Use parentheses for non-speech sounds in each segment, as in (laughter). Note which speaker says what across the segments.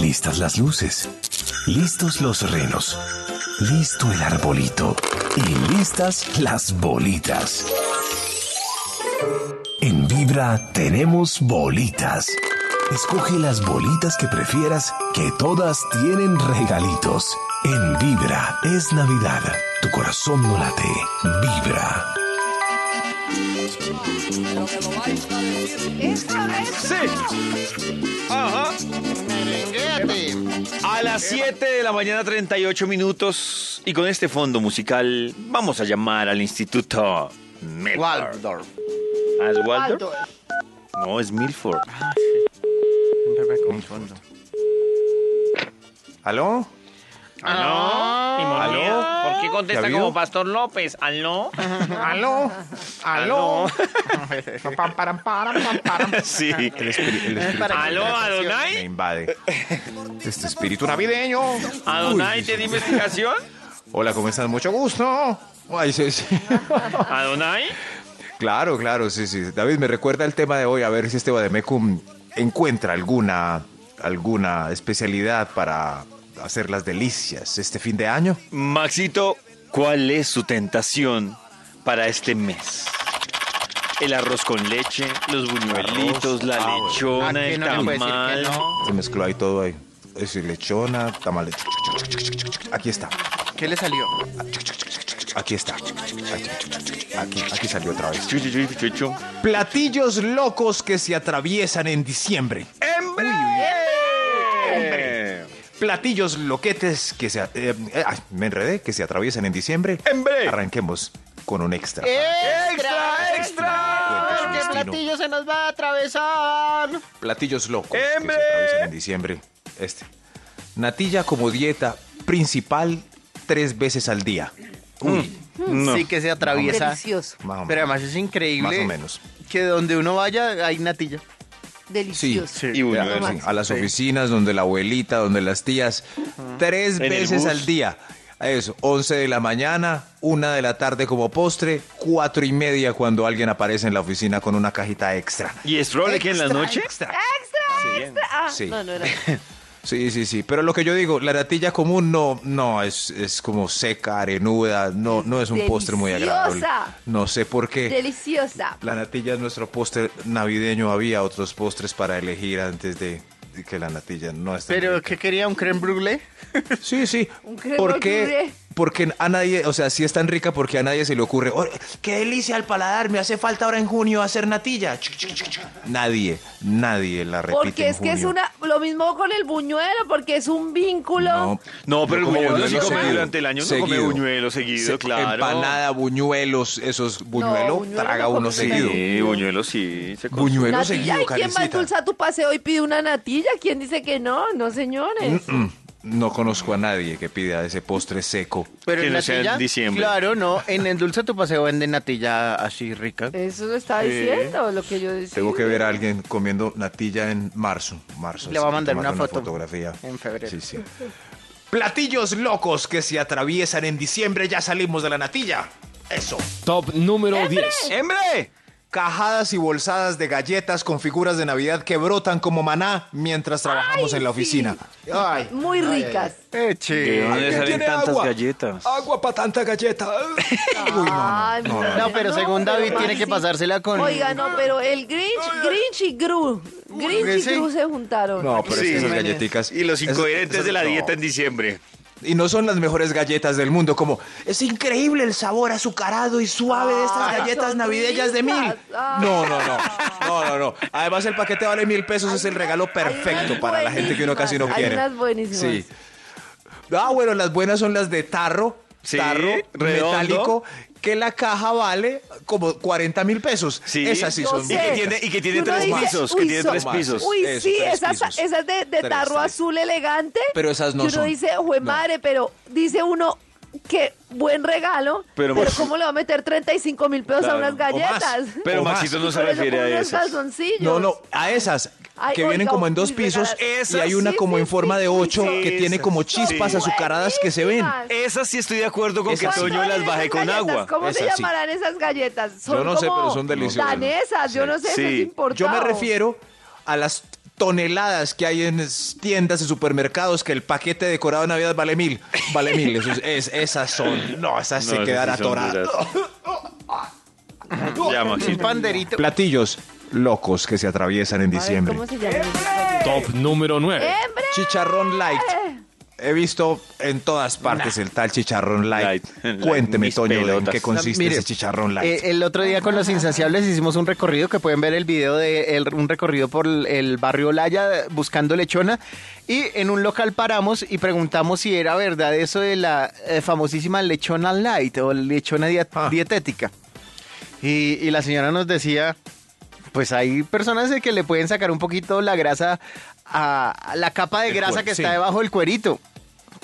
Speaker 1: Listas las luces. Listos los renos. Listo el arbolito. Y listas las bolitas. En Vibra tenemos bolitas. Escoge las bolitas que prefieras, que todas tienen regalitos. En Vibra es Navidad. Tu corazón no late. Vibra.
Speaker 2: Sí. Ajá. A las 7 de la mañana 38 minutos y con este fondo musical vamos a llamar al Instituto Milford.
Speaker 3: Waldorf.
Speaker 2: ¿Ah, ¿Es Waldorf? No, es Milford.
Speaker 4: Ah,
Speaker 5: ¿Aló?
Speaker 2: ¿Aló?
Speaker 5: ¿Aló?
Speaker 4: Ah. ¿Por qué
Speaker 5: ¿Ya
Speaker 4: contesta
Speaker 5: vio?
Speaker 4: como Pastor López? ¿Aló?
Speaker 5: ¿Aló? ¿Aló?
Speaker 3: Pam, param, param, pam, param.
Speaker 2: Sí.
Speaker 5: El, espíritu- el espíritu
Speaker 3: Para
Speaker 5: de
Speaker 4: ¿Aló,
Speaker 5: la creación
Speaker 4: Adonai?
Speaker 5: Me invade. Este espíritu navideño.
Speaker 4: ¿Adonai te di investigación?
Speaker 5: Hola, ¿cómo están? Mucho gusto. Ay, sí, sí.
Speaker 4: ¿Adonai?
Speaker 5: Claro, claro, sí, sí. David, me recuerda el tema de hoy, a ver si este Bademecum encuentra alguna, alguna especialidad para hacer las delicias este fin de año.
Speaker 2: Maxito, ¿cuál es su tentación para este mes? El arroz con leche, los buñuelitos, la
Speaker 5: ah, bueno.
Speaker 2: lechona,
Speaker 3: Aquí
Speaker 2: el
Speaker 3: no le puede decir que
Speaker 2: tamal.
Speaker 3: no.
Speaker 5: Se mezcló ahí todo ahí. Es decir, lechona, tamales. Aquí está,
Speaker 3: ¿Qué le salió?
Speaker 5: aquí está. Aquí, aquí salió otra vez.
Speaker 2: Chu, chu, chu, chu, chu.
Speaker 5: Platillos locos que se atraviesan en diciembre.
Speaker 2: ¡Hombre!
Speaker 5: Platillos loquetes que se... a- eh, eh, ay, me enredé, que se atraviesan en diciembre.
Speaker 2: ¡Hombre!
Speaker 5: Arranquemos con un extra.
Speaker 3: ¡Extra!
Speaker 5: Cuente su
Speaker 3: ¡Eh! ¡Extra! ¡Qué
Speaker 5: destino.
Speaker 3: platillo se nos va a atravesar!
Speaker 5: Platillos locos
Speaker 2: ¡Hembre!
Speaker 5: que se atraviesan en diciembre. Este. Natilla como dieta principal tres veces al día. Uy,
Speaker 3: Sí que se atraviesa.
Speaker 6: Delicioso,
Speaker 5: más o
Speaker 3: Pero
Speaker 5: menos.
Speaker 3: además es increíble.
Speaker 5: Más o menos.
Speaker 3: Que donde uno vaya hay natilla.
Speaker 6: delicioso.
Speaker 2: Y
Speaker 5: Ya,
Speaker 2: buñuelos.
Speaker 5: sí, a las oficinas, donde la abuelita, donde las tías, tres
Speaker 2: En el
Speaker 5: veces
Speaker 2: bus.
Speaker 5: al día. Eso, 11 de la mañana, una de la tarde como postre, cuatro y media cuando alguien aparece en la oficina con una cajita extra.
Speaker 2: ¿Y es probable que en la noche?
Speaker 6: Ah,
Speaker 5: Sí.
Speaker 6: No,
Speaker 5: (laughs)
Speaker 6: no era.
Speaker 5: Sí, sí, sí. Pero lo que yo digo, la natilla común no, no, es, es como seca, arenuda, no, no es un postre muy agradable.
Speaker 6: Deliciosa.
Speaker 5: No sé por qué.
Speaker 6: Deliciosa.
Speaker 5: La natilla es nuestro postre navideño. Había otros postres para elegir antes de de que la natilla no esté.
Speaker 3: ¿Pero qué quería? ¿Un creme brulee?
Speaker 5: Sí, sí.
Speaker 6: Un creme
Speaker 5: ¿Por qué?
Speaker 6: brûlée.
Speaker 5: Porque a nadie, o sea, sí es tan rica porque a nadie se le ocurre. "Oh, ¡Qué delicia al paladar! Me hace falta ahora en junio hacer natilla. Chuc, chuc, chuc, chuc. Nadie, nadie la repite.
Speaker 6: Porque
Speaker 5: en
Speaker 6: es que es
Speaker 5: junio.
Speaker 6: una. Lo mismo con el buñuelo, porque es un vínculo.
Speaker 5: No,
Speaker 2: No, pero el buñuelo
Speaker 5: como
Speaker 2: sí
Speaker 5: buñuelo
Speaker 2: come
Speaker 5: seguido.
Speaker 2: durante el año, uno come buñuelo seguido, claro.
Speaker 5: Empanada, buñuelos, esos buñuelo,
Speaker 6: buñuelo
Speaker 5: traga
Speaker 6: no
Speaker 5: uno
Speaker 6: come
Speaker 5: seguido.
Speaker 6: seguido.
Speaker 2: Sí, buñuelos sí. se consume.
Speaker 5: Buñuelo
Speaker 6: Natilla,
Speaker 5: seguido,
Speaker 6: ¿y quién va a
Speaker 5: Karencita.
Speaker 6: endulzar tu paseo y pide una natilla? ¿Quién dice que no? No, señores.
Speaker 5: Mm, No conozco a nadie que pida ese postre seco.
Speaker 3: Pero
Speaker 2: Que
Speaker 3: en
Speaker 2: no sea en
Speaker 3: natilla.
Speaker 2: diciembre.
Speaker 3: Claro, no. En el dulce tu paseo venden natilla así rica.
Speaker 6: Eso lo estaba diciendo, lo que yo decía.
Speaker 5: Tengo que ver a alguien comiendo natilla en marzo. marzo
Speaker 3: Le va a
Speaker 5: sí,
Speaker 3: mandar
Speaker 5: tomando
Speaker 3: una foto
Speaker 5: fotografía.
Speaker 3: en febrero.
Speaker 5: Sí, sí. Platillos locos que se atraviesan en diciembre. Ya salimos de la natilla. Eso.
Speaker 7: Top número 10.
Speaker 5: ¡Hembre! Cajadas y bolsadas de galletas con figuras de Navidad que brotan como maná mientras trabajamos en la oficina.
Speaker 3: Ay.
Speaker 6: Muy ricas.
Speaker 3: Eh,
Speaker 2: ¿De
Speaker 3: che.
Speaker 2: dónde
Speaker 5: ¿Quién
Speaker 2: salen
Speaker 5: tiene
Speaker 2: tantas
Speaker 5: agua?
Speaker 2: galletas?
Speaker 5: Agua para tanta
Speaker 3: (laughs)
Speaker 5: galleta.
Speaker 6: Ay, mi madre,
Speaker 3: No, pero según David
Speaker 6: pero
Speaker 3: tiene que
Speaker 6: sí.
Speaker 3: pasársela con-
Speaker 6: Oiga, no, pero el Grinch, Grinch y Gru. Grinch y
Speaker 3: sí.
Speaker 6: Gru se juntaron.
Speaker 5: No, pero es
Speaker 2: Sí.
Speaker 5: que esas galletitas.
Speaker 2: Y los incoherentes de la dieta en
Speaker 5: en
Speaker 2: diciembre.
Speaker 5: Y no son las mejores galletas del mundo, como es increíble el sabor azucarado y suave de estas
Speaker 6: Ay,
Speaker 5: galletas
Speaker 6: Ah, son
Speaker 5: navideñas de
Speaker 6: ricas. Ah.
Speaker 5: mil.
Speaker 6: Ay.
Speaker 5: No, no, no, no, no, no. Además el paquete vale mil pesos, es el regalo perfecto
Speaker 6: unas
Speaker 5: para la gente que uno casi no
Speaker 6: buenísimas, hay
Speaker 5: quiere.
Speaker 6: unas buenísimas.
Speaker 5: Sí. Ah, bueno, las buenas son las de tarro,
Speaker 2: Sí,
Speaker 5: tarro
Speaker 2: redondo.
Speaker 5: metálico, que la caja vale como 40 mil pesos.
Speaker 2: Sí.
Speaker 5: Esas sí
Speaker 6: Yo
Speaker 5: son.
Speaker 2: Y
Speaker 6: sé.
Speaker 2: que
Speaker 5: ricas.
Speaker 2: tiene, y que tiene
Speaker 6: Y uno
Speaker 2: tres
Speaker 6: dice,
Speaker 2: pisos, que
Speaker 6: uy,
Speaker 2: tiene
Speaker 6: son-
Speaker 2: tres pisos.
Speaker 6: Uy,
Speaker 5: Eso,
Speaker 6: sí,
Speaker 5: tres
Speaker 6: esas,
Speaker 5: pisos.
Speaker 6: esas de, de
Speaker 5: Tres,
Speaker 6: tarro
Speaker 5: tres.
Speaker 6: azul elegante.
Speaker 5: Pero esas no
Speaker 6: que uno
Speaker 5: son.
Speaker 6: dice, jue
Speaker 5: No.
Speaker 6: madre, pero dice uno, qué buen regalo,
Speaker 2: Pero
Speaker 6: pero,
Speaker 2: más-
Speaker 6: ¿cómo le va a meter 35 mil pesos
Speaker 2: Claro,
Speaker 6: a unas
Speaker 2: o
Speaker 6: galletas?
Speaker 5: más.
Speaker 2: Pero
Speaker 6: (laughs)
Speaker 5: O más.
Speaker 2: Maxito no
Speaker 6: Y
Speaker 2: se
Speaker 6: por eso
Speaker 2: refiere
Speaker 6: pone
Speaker 2: a
Speaker 6: unos
Speaker 2: esas.
Speaker 6: calzoncillos.
Speaker 5: No, no, a esas
Speaker 6: Ay,
Speaker 5: que
Speaker 6: oiga,
Speaker 5: vienen como en dos
Speaker 6: mis
Speaker 5: pisos
Speaker 6: regalos.
Speaker 5: y hay una
Speaker 6: Sí,
Speaker 5: como
Speaker 6: sí,
Speaker 5: en forma
Speaker 6: sí,
Speaker 5: de
Speaker 6: sí,
Speaker 5: ocho
Speaker 6: son-
Speaker 5: que tiene como chispas
Speaker 2: Sí.
Speaker 5: azucaradas que se ven.
Speaker 6: buenísimas.
Speaker 2: Esas sí estoy de acuerdo con que
Speaker 5: Esas sí.
Speaker 2: Toño
Speaker 6: ¿Cuáles
Speaker 2: las bajé
Speaker 6: esas
Speaker 2: con
Speaker 6: galletas?
Speaker 2: agua.
Speaker 6: ¿Cómo se
Speaker 5: Esas sí.
Speaker 6: llamarán esas galletas? Son
Speaker 5: Yo no sé,
Speaker 6: como
Speaker 5: pero son deliciosas.
Speaker 6: danesas, yo no sé,
Speaker 2: Sí.
Speaker 6: eso es importado.
Speaker 5: Yo me refiero a las toneladas que hay en tiendas y supermercados que el paquete decorado de Navidad vale mil. Vale mil. Eso
Speaker 6: (laughs)
Speaker 5: es- es- esas son. No, esas
Speaker 2: No,
Speaker 5: se
Speaker 2: esas
Speaker 5: quedan
Speaker 2: sí son
Speaker 5: atoradas.
Speaker 2: duras. (laughs) Ya,
Speaker 3: Un
Speaker 2: Maxito.
Speaker 3: panderito.
Speaker 5: Platillos locos que se atraviesan en
Speaker 6: A ver,
Speaker 5: diciembre.
Speaker 6: ¿Cómo se llama?
Speaker 7: Top número 9.
Speaker 6: ¡Hembra!
Speaker 5: Chicharrón light.
Speaker 6: Eh.
Speaker 5: He visto en todas partes el tal chicharrón light.
Speaker 2: Light. (laughs)
Speaker 5: Cuénteme,
Speaker 2: Mis
Speaker 5: Toño, ¿de
Speaker 2: pelotas.
Speaker 5: qué consiste
Speaker 3: Mire,
Speaker 5: ese chicharrón light?
Speaker 3: Eh, el otro día con los insaciables hicimos un recorrido que pueden ver el video de el- un recorrido por el, el barrio Laya buscando lechona y en un local paramos y preguntamos si era verdad eso de la eh, famosísima lechona light o lechona dia-
Speaker 5: Ah.
Speaker 3: dietética. Y, y la señora nos decía, pues hay personas de que le pueden sacar un poquito la grasa a, a la capa de
Speaker 5: El
Speaker 3: grasa
Speaker 5: cuero,
Speaker 3: que
Speaker 5: sí.
Speaker 3: está debajo del cuerito.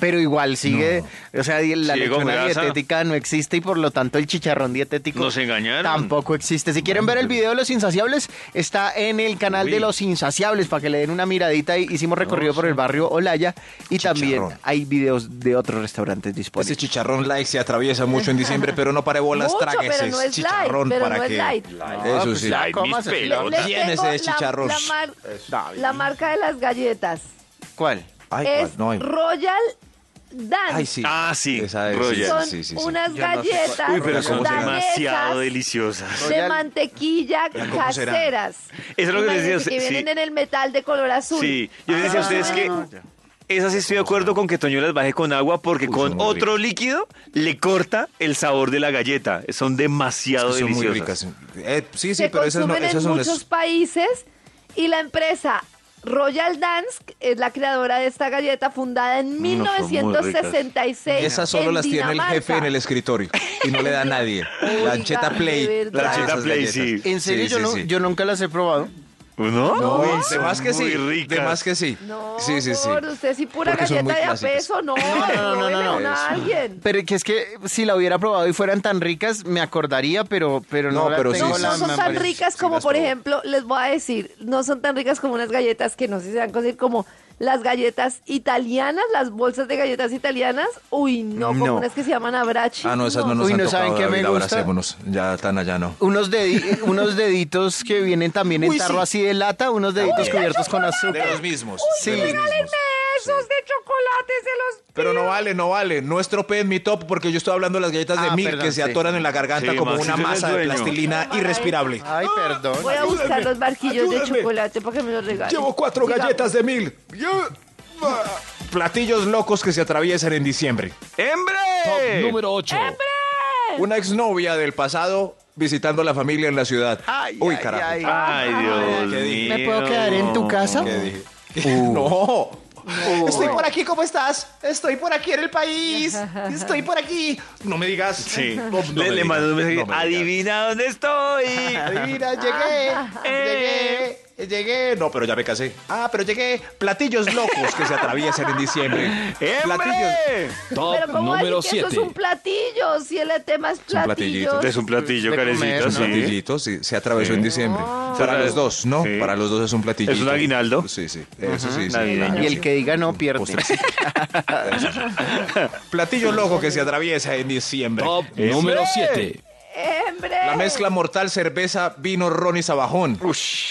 Speaker 3: Pero igual sigue, o sea, di- la
Speaker 2: Sigue con
Speaker 3: lechona
Speaker 2: grasa.
Speaker 3: dietética no existe y por lo tanto el chicharrón dietético
Speaker 2: Nos engañaron.
Speaker 3: Tampoco existe. Si quieren ver el video de Los Insaciables, está en el canal de
Speaker 2: Uy.
Speaker 3: Los Insaciables para que le den una miradita. Ahí Hicimos recorrido por el barrio Olaya y también
Speaker 5: Chicharrón.
Speaker 3: hay videos de otros restaurantes
Speaker 5: Ese
Speaker 3: disponibles.
Speaker 5: chicharrón light se atraviesa mucho en diciembre, pero no para bolas
Speaker 6: Mucho,
Speaker 5: tráguese
Speaker 6: pero no es light,
Speaker 5: chicharrón
Speaker 6: pero
Speaker 5: para
Speaker 6: no es
Speaker 5: que
Speaker 6: light.
Speaker 2: Ah,
Speaker 5: Eso
Speaker 3: pues
Speaker 5: sí.
Speaker 3: ya,
Speaker 4: Ay, mis
Speaker 3: cómase
Speaker 4: pelos.
Speaker 3: sí,
Speaker 6: Le-
Speaker 3: la
Speaker 6: les
Speaker 3: verdad.
Speaker 5: Tiene ese
Speaker 6: tengo la-
Speaker 5: chicharrón.
Speaker 6: La, mar- la marca de las galletas
Speaker 3: ¿Cuál?
Speaker 5: Ay,
Speaker 6: es
Speaker 5: no, ay,
Speaker 6: Royal Dance.
Speaker 5: ay, sí.
Speaker 2: Ah, sí.
Speaker 5: Esa es,
Speaker 2: Royal.
Speaker 6: Son
Speaker 5: sí, sí, sí.
Speaker 6: unas galletas
Speaker 2: Uy, pero son
Speaker 5: ¿Cómo se llama?
Speaker 6: tan
Speaker 2: demasiado
Speaker 6: hechas
Speaker 2: deliciosas.
Speaker 6: de
Speaker 3: Royal-
Speaker 6: mantequilla
Speaker 5: Ya, ¿cómo será?
Speaker 6: caseras.
Speaker 2: Eso es lo que les decía,
Speaker 6: Imagínense Que
Speaker 2: sí.
Speaker 6: vienen en el metal de color azul.
Speaker 2: Sí, yo les decía a ustedes que esas sí estoy de acuerdo con que Toño las baje con agua porque
Speaker 5: Uy, son
Speaker 2: con
Speaker 5: muy
Speaker 2: otro líquido le corta el sabor de la galleta. Son demasiado
Speaker 5: Son muy
Speaker 2: deliciosas.
Speaker 5: ricas. Eh, sí, sí,
Speaker 6: se
Speaker 5: pero esas, no,
Speaker 6: consumen
Speaker 5: esas
Speaker 6: en
Speaker 5: son
Speaker 6: muchos
Speaker 5: las...
Speaker 6: países y la empresa Royal Dance es la creadora de esta galleta fundada en
Speaker 2: No, son muy ricas.
Speaker 6: 1966.
Speaker 5: Esas solo
Speaker 6: en
Speaker 5: las tiene el
Speaker 6: Dinamarca.
Speaker 5: jefe en el escritorio y no le da a
Speaker 6: (laughs)
Speaker 5: nadie.
Speaker 6: Oiga,
Speaker 5: La ancheta
Speaker 6: de
Speaker 5: Play.
Speaker 6: verdad.
Speaker 2: La ancheta
Speaker 5: esas
Speaker 2: Play,
Speaker 5: galletas.
Speaker 2: sí.
Speaker 3: En serio,
Speaker 5: Sí,
Speaker 3: yo,
Speaker 5: sí,
Speaker 3: no-
Speaker 5: sí.
Speaker 3: yo nunca las he probado.
Speaker 5: ¿eh?
Speaker 2: ¿No?
Speaker 5: Uy,
Speaker 2: Uy,
Speaker 5: de
Speaker 2: son
Speaker 5: más que sí.
Speaker 2: muy ricas.
Speaker 5: De más que sí.
Speaker 6: No,
Speaker 5: sí, sí, sí.
Speaker 6: gordo, usted sí pura
Speaker 5: Porque son muy
Speaker 6: galleta de a
Speaker 5: clásicas.
Speaker 6: peso, no,
Speaker 3: no, no, no,
Speaker 6: róbele
Speaker 3: no.
Speaker 6: una a alguien.
Speaker 3: Pero que es que si la hubiera probado y fueran tan ricas, me acordaría, pero, pero no,
Speaker 5: No,
Speaker 3: la
Speaker 5: pero Pues sí,
Speaker 3: tengo
Speaker 6: No,
Speaker 5: sí,
Speaker 3: la
Speaker 6: no
Speaker 5: sí.
Speaker 6: son tan
Speaker 3: memoria.
Speaker 6: ricas
Speaker 5: sí
Speaker 6: como,
Speaker 5: las
Speaker 6: por
Speaker 5: probé.
Speaker 6: ejemplo, les voy a decir, no son tan ricas como unas galletas que no sé si se van a conseguir como las galletas italianas, las bolsas de galletas italianas. Uy, no,
Speaker 3: No.
Speaker 6: como unas que se llaman abrachi.
Speaker 5: Ah, no, esas no
Speaker 3: No.
Speaker 5: nos
Speaker 3: Uy,
Speaker 5: han
Speaker 3: ¿no
Speaker 5: tocado,
Speaker 3: saben qué me
Speaker 5: David,
Speaker 3: gusta?
Speaker 5: abracémonos. Ya tan allá no. (laughs)
Speaker 3: Unos, dedi- unos deditos que vienen también en tarro así de lata, unos deditos cubiertos con
Speaker 5: De
Speaker 3: azúcar.
Speaker 5: los mismos.
Speaker 3: Sí.
Speaker 5: de los mismos.
Speaker 6: Esos de chocolates de los
Speaker 5: Pero no vale, no vale. No estropeen mi top porque yo estoy hablando de las galletas de
Speaker 3: Ah,
Speaker 5: mil
Speaker 3: perdón,
Speaker 5: que se
Speaker 3: sí.
Speaker 5: atoran en la garganta
Speaker 2: Sí,
Speaker 5: como
Speaker 2: Maxito
Speaker 5: una
Speaker 2: es el
Speaker 5: masa de
Speaker 2: dueño.
Speaker 5: plastilina irrespirable.
Speaker 3: Ay, perdón.
Speaker 6: Voy a buscar los barquillos
Speaker 5: ayúdenme.
Speaker 6: de chocolate para que me los regalen.
Speaker 5: Llevo cuatro
Speaker 6: Digamos,
Speaker 5: galletas de mil. Yo- Ah. Platillos locos que se atraviesan en diciembre.
Speaker 7: Top
Speaker 2: ¡Hembre!
Speaker 7: número 8.
Speaker 5: Una exnovia del pasado visitando a la familia en la ciudad.
Speaker 3: Ay,
Speaker 5: Uy,
Speaker 3: ay,
Speaker 5: carajo.
Speaker 3: ay.
Speaker 2: Ay, Dios
Speaker 5: ¿Qué dije?
Speaker 2: mío.
Speaker 3: ¿Me puedo quedar en tu casa?
Speaker 5: ¿Qué dije? (laughs) No. Estoy por aquí, ¿cómo estás? Estoy por aquí en el
Speaker 3: (laughs)
Speaker 5: país. Estoy por aquí. No me digas.
Speaker 2: Sí.
Speaker 5: No, no
Speaker 2: le,
Speaker 5: me
Speaker 2: le
Speaker 5: digas,
Speaker 2: mandó un mensaje.
Speaker 5: no me digas.
Speaker 2: Adivina dónde estoy.
Speaker 5: Adivina, llegué. Llegué. Llegué. No, pero ya me casé. Ah, pero llegué. Platillos locos que se atraviesan en diciembre. (laughs) Platillos.
Speaker 2: ¡Hembre!
Speaker 7: Top
Speaker 6: Pero ¿cómo
Speaker 7: número
Speaker 6: decir
Speaker 7: 7.
Speaker 6: que eso es un platillo? Si el tema es
Speaker 5: un
Speaker 6: platillos.
Speaker 5: platillito.
Speaker 2: Es un platillo,
Speaker 3: De comer,
Speaker 2: carecita,
Speaker 3: ¿no?
Speaker 2: sí.
Speaker 5: Platillito, sí, se atravesó en diciembre. Para
Speaker 2: Para-
Speaker 5: los dos, ¿no?
Speaker 2: sí.
Speaker 5: Para los dos es un platillito.
Speaker 2: Es un aguinaldo.
Speaker 5: Sí, sí. Eso sí, sí.
Speaker 2: navideño.
Speaker 3: Y el que diga no pierde.
Speaker 5: Platillo loco que se atraviesa en diciembre. ¡Eh!
Speaker 7: Top número 7.
Speaker 6: ¡Hembre!
Speaker 5: La mezcla mortal cerveza, vino, ron y sabajón.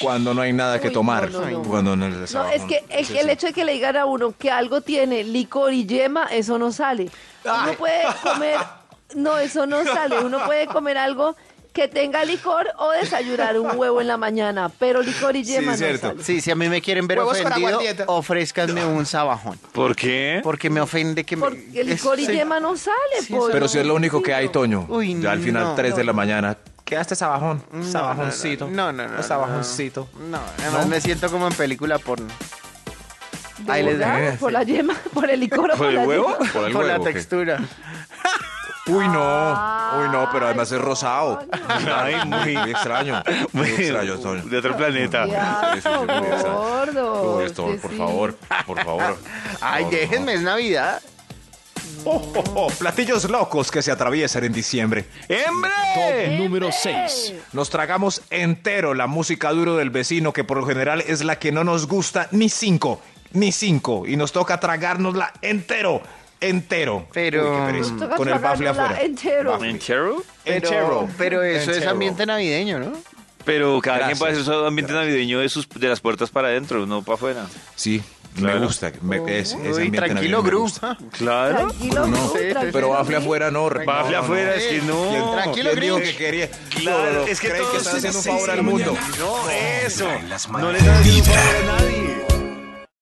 Speaker 5: Cuando no hay nada que
Speaker 6: Uy,
Speaker 5: tomar.
Speaker 6: no, no, no.
Speaker 5: Cuando no, el
Speaker 6: No,
Speaker 5: sabajón.
Speaker 6: es que el,
Speaker 5: Sí,
Speaker 6: el
Speaker 5: sí.
Speaker 6: hecho de que le digan a uno que algo tiene licor y yema, eso no sale. Uno
Speaker 5: Ay.
Speaker 6: puede comer... No, eso
Speaker 5: (laughs)
Speaker 6: no sale. Uno puede comer algo que tenga licor o desayunar un huevo en la mañana, pero licor y yema no
Speaker 5: cierto.
Speaker 3: (laughs)
Speaker 6: sale.
Speaker 3: Sí, si a mí me quieren ver
Speaker 5: Huevos con
Speaker 3: ofendido,
Speaker 5: aguardiente.
Speaker 3: ofrézcanme un sabajón.
Speaker 2: ¿Por qué?
Speaker 5: (laughs)
Speaker 3: Porque me ofende que me...
Speaker 6: Porque el
Speaker 3: es-
Speaker 6: licor y
Speaker 3: sí.
Speaker 6: yema no sale,
Speaker 3: Sí,
Speaker 6: pollo.
Speaker 5: Pero si es lo único que hay, Toño.
Speaker 3: Uy,
Speaker 5: ya al final,
Speaker 3: no.
Speaker 5: 3 de la mañana. Quedaste sabajón.
Speaker 3: Sabajoncito. No, no, no.
Speaker 5: Sabajoncito.
Speaker 3: No, además me siento como en película porno.
Speaker 6: ¿De
Speaker 3: Ahí les
Speaker 6: verdad?
Speaker 5: dejé.
Speaker 6: Por la yema, (laughs) por el licor o
Speaker 2: ¿Por
Speaker 6: por
Speaker 2: el
Speaker 6: la
Speaker 2: huevo?
Speaker 6: yema.
Speaker 5: Por el
Speaker 3: Por la
Speaker 5: huevo, ¿qué?
Speaker 3: textura.
Speaker 5: Uy, no. Uy, no, pero además es rosado.
Speaker 2: Ay, muy-
Speaker 5: Muy extraño. (laughs) Muy extraño, Toño.
Speaker 2: De otro planeta.
Speaker 6: Ya,
Speaker 5: (laughs) Sí, sí, sí, muy extraño.
Speaker 6: gordo,
Speaker 5: Uy, esto,
Speaker 6: usted
Speaker 5: por
Speaker 6: Oh, sí.
Speaker 5: favor, por (laughs) favor.
Speaker 3: Ay,
Speaker 5: No, no,
Speaker 3: déjenme, es Navidad.
Speaker 5: Oh, oh, oh, Platillos locos que se atraviesan en diciembre.
Speaker 2: ¡Hembre!
Speaker 7: Top número 6.
Speaker 5: Nos tragamos entero la música duro del vecino, que por lo general es la que no nos gusta ni cinco, ni cinco. Y nos toca tragárnosla entero, entero.
Speaker 3: Pero-
Speaker 5: Uy, qué pereza.
Speaker 6: Nos toca
Speaker 5: Con el bafle
Speaker 6: tragárnosla
Speaker 5: afuera.
Speaker 6: entero.
Speaker 5: Bafle.
Speaker 2: ¿Manchero?
Speaker 3: Pero,
Speaker 5: Entero.
Speaker 3: pero eso es
Speaker 5: Entero.
Speaker 3: ambiente navideño, ¿no?
Speaker 2: Pero cada
Speaker 5: Gracias.
Speaker 2: quien puede hacer su ambiente navideño de, sus, de las puertas para adentro, no para afuera.
Speaker 5: Sí,
Speaker 2: Claro.
Speaker 5: me gusta. me- ese- ese
Speaker 3: Uy,
Speaker 5: ambiente
Speaker 3: tranquilo,
Speaker 5: navideño me
Speaker 3: Gru.
Speaker 5: gusta.
Speaker 2: Claro.
Speaker 6: Tranquilo,
Speaker 5: No,
Speaker 6: Gru,
Speaker 3: sí,
Speaker 6: tranquilo,
Speaker 5: Pero bafle
Speaker 6: Gru.
Speaker 5: afuera no. re-
Speaker 2: Bafle
Speaker 5: no, no,
Speaker 2: afuera,
Speaker 5: no. eh,
Speaker 2: es que no.
Speaker 5: ¿Quién-
Speaker 3: Tranquilo,
Speaker 5: quién dijo
Speaker 3: Grinch.
Speaker 5: que quería?
Speaker 2: Claro,
Speaker 5: No, no,
Speaker 2: es que
Speaker 5: creen
Speaker 2: todo
Speaker 5: que está
Speaker 2: es
Speaker 5: haciendo un
Speaker 2: seis
Speaker 5: favor
Speaker 2: de
Speaker 5: al
Speaker 2: la
Speaker 5: mundo.
Speaker 2: mañana. No, eso.
Speaker 1: en las
Speaker 2: No le
Speaker 1: mañanas.
Speaker 2: das un
Speaker 1: Vibra.
Speaker 2: favor a nadie.